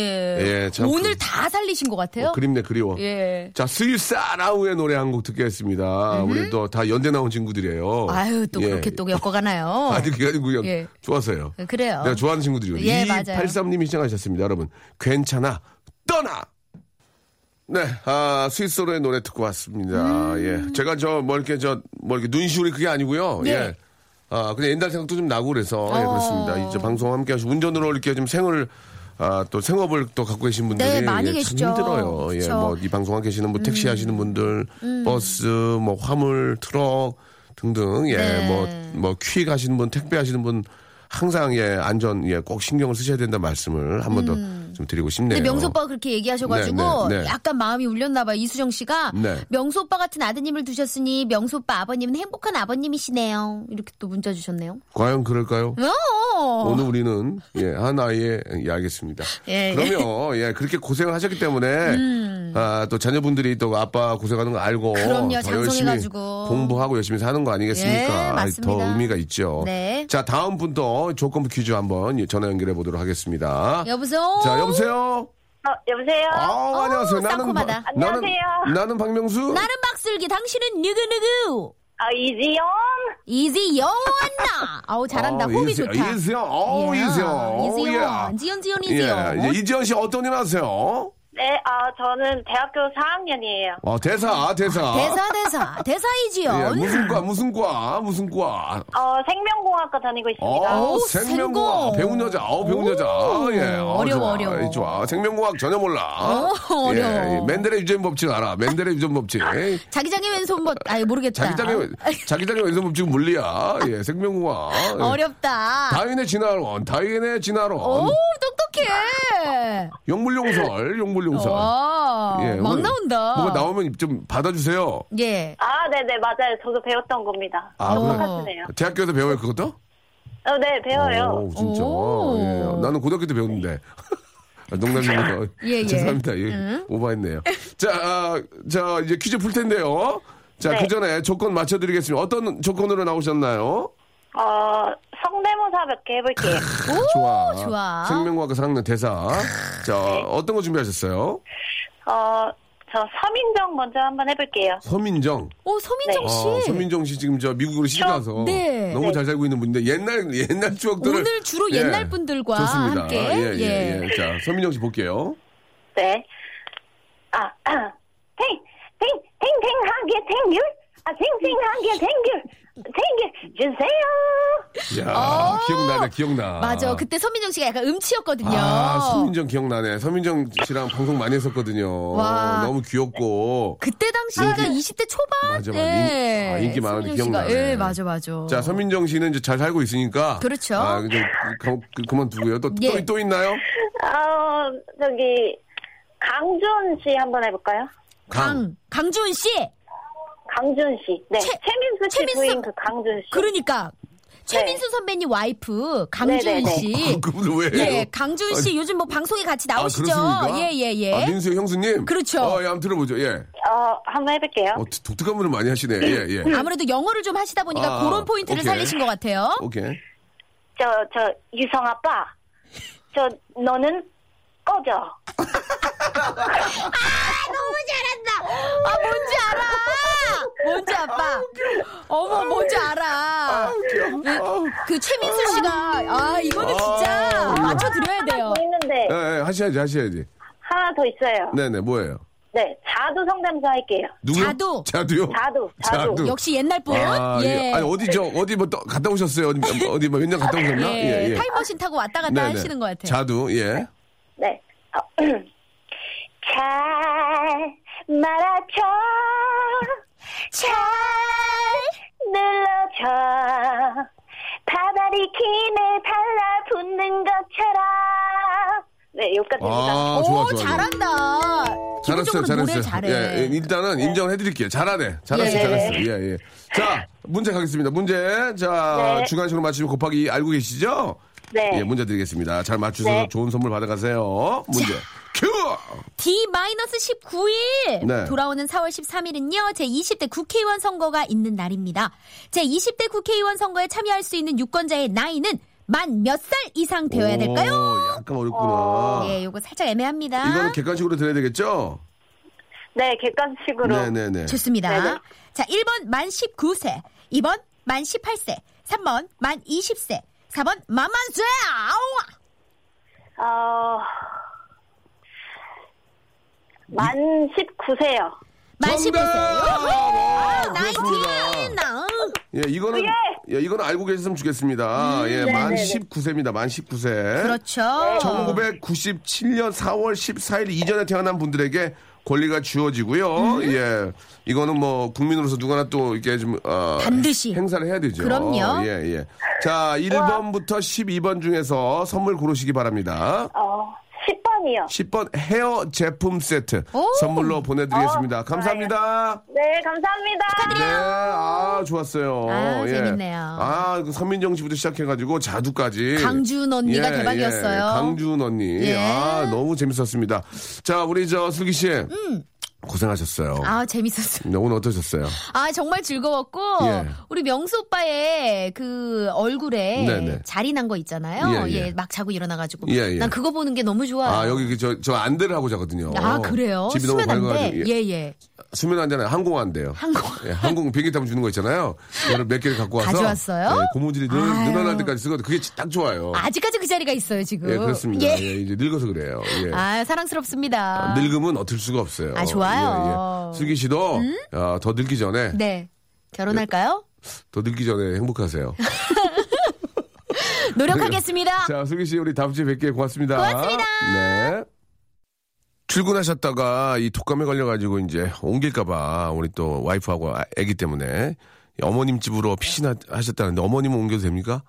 A: 예, 참.
F: 오늘 다 살리신 것 같아요.
A: 그, 립네 그리워.
F: 예.
A: 자, 스윗사라우의 노래 한 곡 듣겠습니다. 우리 또 다 연대 나온 친구들이에요.
F: 음. 아유, 또
A: 예.
F: 그렇게 또 엮어가나요?
A: 아니, 그게 아니고요.
F: 예.
A: 좋았어요.
F: 그래요.
A: 내가 좋아하는 친구들이거든요.
F: 예, 맞아요.
A: 2283님이 시작하셨습니다. 여러분, 괜찮아, 떠나! 네, 아, 스위스로의 노래 듣고
F: 음.
A: 왔습니다. 예. 제가 저, 뭐 이렇게 저, 뭐 이렇게 눈시울이 그게 아니고요.
F: 네.
A: 예. 아, 근데 옛날 생각도 좀 나고 그래서, 예,
F: 어.
A: 그렇습니다. 이제 방송 함께 하시고, 운전으로 이렇게 좀 생을, 아, 또 생업을 또 갖고 계신 분들이
F: 네, 많이
A: 예, 참
F: 계시죠.
A: 힘들어요. 예,
F: 그쵸. 음.
A: 뭐, 이 방송 하고 계시는 분, 택시 하시는 분들, 버스, 뭐, 화물, 트럭 등등, 예,
F: 네.
A: 뭐, 뭐, 퀵 하시는 분, 택배 하시는 분, 항상 예 안전 예 꼭 신경을 쓰셔야 된다 말씀을 한 번 더 좀 드리고 싶네요.
F: 음.
A: 어.
F: 근데 명수 오빠가 그렇게 얘기하셔가지고
A: 네, 네, 네.
F: 약간 마음이 울렸나 봐요. 이수정 씨가
A: 네.
F: 명수 오빠 같은 아드님을 두셨으니 명수 오빠 아버님은 행복한 아버님이시네요. 이렇게 또 문자 주셨네요.
A: 과연 그럴까요?
F: 어.
A: 오늘 우리는 예 한 아이의 예 알겠습니다.
F: 예, 음.
A: 그러면 예 그렇게 고생을 하셨기 때문에 아 또 자녀분들이 또 아빠 고생하는 거 알고
F: 그럼요,
A: 더 열심히
F: 장성해가지고.
A: 공부하고 열심히 사는 거 아니겠습니까?
F: 예, 맞습니다.
A: 더 의미가 있죠.
F: 네.
A: 자 다음 분 또 조건부 퀴즈 한번 예, 전화 연결해 보도록 하겠습니다.
F: 여보세요.
A: 자 여보세요.
B: 어, 여보세요?
A: 아 안녕하세요. 나는
F: 상큼하다.
A: 박- 나는
B: 안녕하세요.
A: 나는 박명수.
F: 나름 박슬기 당신은 누구누구
B: 아, 이지영?
F: 이지 영원나 아우 잘한다
A: 어,
F: 호흡이
A: 이지-
F: 좋다
A: 이지영. 어,
F: 이야,
A: 이지영. 어,
F: 이지영
A: 예.
F: 지연 지연
A: 예.
F: 이지영
A: 이제 이지현 씨 어떤 일 하세요?
B: 네, 아, 저는 대학교 4학년이에요.
A: 어, 대사, 대사.
F: 아, 대사 대사 대사
A: 예,
F: 이지연
A: 무슨 과, 무슨 과, 무슨 과.
B: 어, 생명공학과 다니고 있습니다.
A: 어,
F: 오,
A: 생명공학.
F: 생공.
A: 배운 여자, 어, 배운 여자. 아, 예. 어,
F: 어려워,
A: 좋아.
F: 어려워.
A: 예, 좋아. 생명공학 전혀 몰라.
F: 어, 어려워.
A: 예, 예. 맨델의 유전 법칙 알아. 맨델의 유전 법칙.
F: 자기장의 왼손 벗 아예 모르겠다
A: 자기장의, 자기장의 왼손 법칙 물리야. 예, 생명공학.
F: 어렵다
A: 다윈의 진화론, 다윈의
F: 오 어?
A: 진화론.
F: 똑똑해
A: 용물용설, 용물용설. 아,
F: 와,
A: 예,
F: 어. 막
A: 오늘
F: 나온다
A: 뭐가 나오면 좀 받아주세요.
F: 예
B: 아, 네네, 맞아요. 저도 배웠던 겁니다.
F: 어.
A: 아, 그래.
B: 똑같으네요.
A: 대학교에서 배워요, 그것도?
B: 어, 네, 배워요.
A: 오, 진짜.
F: 오.
A: 예. 나는 고등학교 때 배웠는데. 아, 농담입니다.
F: 예, 예.
A: 죄송합니다. 예, 오버했네요. 자, 아, 자, 이제 퀴즈 풀 텐데요. 자,
B: 네.
A: 그 전에 조건 맞춰드리겠습니다. 어떤 조건으로 나오셨나요?
B: 어, 성대모사 몇 개 해볼게요.
A: 좋아.
F: 좋아.
A: 생명과학 4학년 대사. 자, 어떤 거 준비하셨어요?
B: 어, 저 서민정 먼저 한번 해볼게요.
A: 서민정.
F: 오 서민정
A: 아,
F: 씨
A: 서민정 씨 지금 저 미국으로 시집 가서
F: 네.
A: 너무 잘 살고 있는 분인데 옛날 옛날 추억들을
F: 오늘 주로
A: 예.
F: 옛날 분들과
A: 좋습니다.
F: 함께
A: 예, 예, 예. 자, 서민정 씨 볼게요.
B: 네. 아, 아, 탱, 탱, 탱탱하게 탱귤. 아, 탱탱하게 탱귤. 탱귤 주세요.
A: 야, 기억나네, 기억나.
F: 어. 맞아 그때 서민정 씨가 약간 음치였거든요
A: 아, 서민정 기억나네. 서민정 씨랑 방송 많이 했었거든요.
F: 와.
A: 너무 귀엽고.
F: 그때 당시가 20대 초반?
A: 맞아, 맞아. 인- 아, 인기 많았는데
F: 성윤 씨가.
A: 기억나네.
F: 예, 맞아, 맞아.
A: 자, 서민정 씨는 이제 잘 살고 있으니까.
F: 그렇죠.
A: 아, 이제 그, 만두고요 또,
F: 예.
A: 또, 또 있나요?
B: 아, 저기, 강준 씨 한번 해볼까요?
F: 강, 강준 씨!
B: 강준 씨. 네.
F: 최-
B: 최민수 씨
F: 최민수-
B: 부인 그 강준 씨.
F: 그러니까, 최민수 선배님 와이프,
B: 네,
F: 강준
B: 네, 네.
F: 씨.
A: 네. 아, 그분을 왜? 해요?
F: 예, 강준 씨 요즘 뭐 방송에 같이
A: 아,
F: 나오시죠?
A: 그렇습니까?
F: 예, 예, 예.
A: 아, 민수 형수님?
F: 그렇죠.
A: 어, 예, 한번 들어보죠. 예.
B: 어, 한번 해볼게요.
A: 어, 독특한 분을 많이 하시네. 예, 예.
F: 아무래도 영어를 좀 하시다 보니까
A: 아,
F: 그런 포인트를
A: 오케이.
F: 살리신 것 같아요.
A: 오케이. 예,
B: 저, 저, 유성 아빠. 저, 너는 꺼져.
F: 아, 뭔지 알아! 뭔지 아빠. 어머, 뭔지 알아. 그, 그 최민수 씨가, 아, 이거는 진짜 맞춰드려야 돼요.
B: 뭐 있는데,
A: 예, 예, 하셔야지, 하셔야지.
B: 하나 더 있어요. 네.
A: 네네, 뭐예요?
B: 자두 성대모사 할게요.
A: 누구요?
F: 자두.
A: 자두요?
B: 자두, 자두.
A: 자두.
F: 역시 옛날 분.
A: 아,
F: 예.
A: 예. 아니 어디 저 어디 뭐 또, 갔다 오셨어요? 어디 뭐, 어디 뭐 현장 갔다 오셨나?
F: 예, 타임머신 타고 왔다 갔다
A: 네네.
F: 하시는 것 같아요.
A: 자두 예.
B: 네. 어, 잘 말아줘. 잘 눌러줘. 바다리 김에 달라붙는 것처럼. 네, 여기까지입니다.
A: 아
F: 오,
A: 좋아 좋아. 좋아.
F: 잘한다.
A: 잘했어요,
F: 기본적으로 노래
A: 잘했어요.
F: 잘해.
A: 예, 예, 일단은
B: 네.
A: 인정해드릴게요. 잘하네. 잘했어요,
F: 예.
A: 잘했어요. 예, 예. 자, 문제 가겠습니다. 문제. 자,
B: 네.
A: 주간식으로 맞히면 곱하기 알고 계시죠?
B: 네.
A: 예, 문제 드리겠습니다. 잘 맞추셔서
B: 네.
A: 좋은 선물 받아가세요. 문제. 큐!
F: D-19일
A: 네.
F: 돌아오는 4월 13일은요. 제20대 국회의원 선거가 있는 날입니다. 제20대 국회의원 선거에 참여할 수 있는 유권자의 나이는 만 몇 살 이상 되어야 될까요?
A: 오, 약간 어렵구나.
F: 예, 요거 살짝 애매합니다.
A: 이거는 객관식으로 드려야 되겠죠?
B: 네, 객관식으로.
A: 네네네.
F: 좋습니다.
B: 네네.
F: 자, 1번 만 19세, 2번 만 18세, 3번 만 20세, 4번 만만세! 아우!
B: 어, 만 19세요.
F: 만
A: 정답! 아,
F: 19세. 나이틴! 음.
A: 그렇습니다. 예, 이거는 예, 이거는 알고 계셨으면 좋겠습니다. 예, 만 19세입니다. 만 19세.
F: 그렇죠.
A: 1997년 4월 14일 이전에 태어난 분들에게 권리가 주어지고요.
F: 음.
A: 예. 이거는 뭐 국민으로서 누구나 또 이렇게 좀 어,
F: 반드시.
A: 행사를 해야 되죠.
F: 그럼요.
A: 예, 예. 자, 1번부터 12번 중에서 선물 고르시기 바랍니다.
B: 어, 10번이요.
A: 10번 헤어 제품 세트
F: 오.
A: 선물로 보내드리겠습니다.
B: 어,
A: 감사합니다.
B: 네, 감사합니다.
A: 네, 아 좋았어요. 예.
F: 아, 재밌네요.
A: 아, 그 선민정 씨부터 시작해가지고 자두까지.
F: 강준 언니가 대박이었어요.
A: 예, 강준 언니.
F: 예.
A: 아, 너무 재밌었습니다. 자, 우리 저 슬기 씨 고생하셨어요.
F: 음. 아, 재밌었어.
A: 네, 오늘 어떠셨어요?
F: 아, 정말 즐거웠고,
A: 예.
F: 우리 명수 오빠의 그 얼굴에
A: 네네.
F: 자리 난 거
A: 예,
F: 있잖아요. 예,
A: 예.
F: 막 자고 일어나가지고.
A: 예, 예.
F: 난 그거 보는 게 너무 좋아요.
A: 아, 여기 그 저, 저 안대를 하고 자거든요.
F: 아, 그래요?
A: 집이 너무
F: 수면 안 돼?
A: 밝아가지고. 예.
F: 예, 예.
A: 수면 안대는 항공 안대요.
F: 항공.
A: 예, 항공 비행기 타면 주는 거 있잖아요. 그거를 몇 개를 갖고 와서.
F: 가져왔어요?
A: 예, 고무줄이 늘,
F: 아유.
A: 늘어날 때까지 쓰거든요. 그게 딱 좋아요.
F: 아직까지 그 자리가 있어요, 지금.
A: 예, 그렇습니다.
F: 예.
A: 예. 이제 늙어서 그래요. 예.
F: 아, 사랑스럽습니다.
A: 늙으면 어쩔 수가 없어요.
F: 아, 좋아요. 음?
A: 예, 예. 슬기 씨도 아, 더 늙기 전에
F: 네. 결혼할까요?
A: 더 늙기 전에 행복하세요. 네.
F: 노력하겠습니다.
A: 자, 슬기 씨 우리 다음 주에 뵐게요. 고맙습니다.
F: 고맙습니다.
A: 네. 출근하셨다가 이 독감에 걸려가지고 이제 옮길까봐 우리 또 와이프하고 아- 아기 때문에 어머님 집으로 피신하셨다는데 어머님은 옮겨도 됩니까?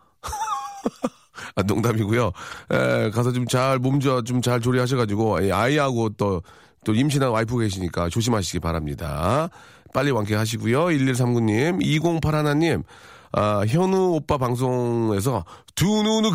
A: 아, 농담이고요. 에, 가서 좀 잘 몸져 좀 잘 조리하셔가지고 이 아이하고 또, 또 임신한 와이프 계시니까 조심하시기 바랍니다. 빨리 완쾌하시고요. 1139님, 2081님, 아, 현우 오빠 방송에서 두 눈을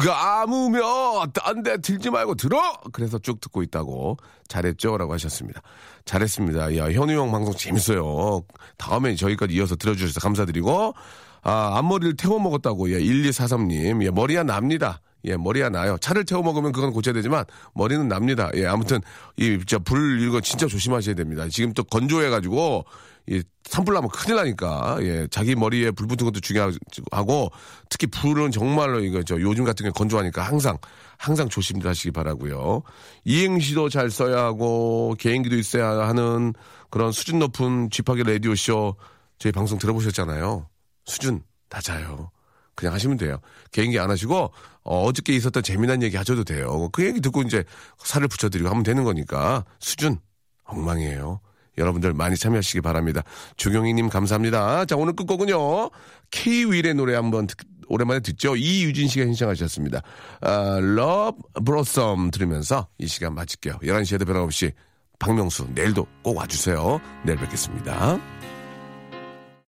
A: 감으며 딴 데 들지 말고 들어! 그래서 쭉 듣고 있다고 잘했죠? 라고 하셨습니다. 잘했습니다. 야, 현우 형 방송 재밌어요. 다음에 저희까지 이어서 들어주셔서 감사드리고, 아, 앞머리를 태워 먹었다고, 예, 1243님. 예, 머리야 납니다. 예, 머리야 나요. 차를 태워 먹으면 그건 고쳐야 되지만, 머리는 납니다. 예, 아무튼, 이, 진짜 불, 이거 진짜 조심하셔야 됩니다. 지금 또 건조해가지고, 이, 산불 나면 큰일 나니까, 예, 자기 머리에 불 붙은 것도 중요하고, 특히 불은 정말로 이거, 저, 요즘 같은 게 건조하니까 항상, 항상 조심들 하시기 바라고요 이행시도 잘 써야 하고, 개인기도 있어야 하는 그런 수준 높은 쥐파기 라디오쇼, 저희 방송 들어보셨잖아요. 수준 낮아요. 그냥 하시면 돼요. 개인기 안 하시고 어, 저께 있었던 재미난 얘기 하셔도 돼요. 그 얘기 듣고 이제 살을 붙여드리고 하면 되는 거니까 수준 엉망이에요. 여러분들 많이 참여하시기 바랍니다. 주경희님 감사합니다. 자 오늘 끝곡은요. K-윌의 노래 한번 듣- 오랜만에 듣죠. 이유진 씨가 신청하셨습니다. 아, Love Blossom 들으면서 이 시간 마칠게요. 11시에도 변함없이 박명수 내일도 꼭 와주세요. 내일 뵙겠습니다.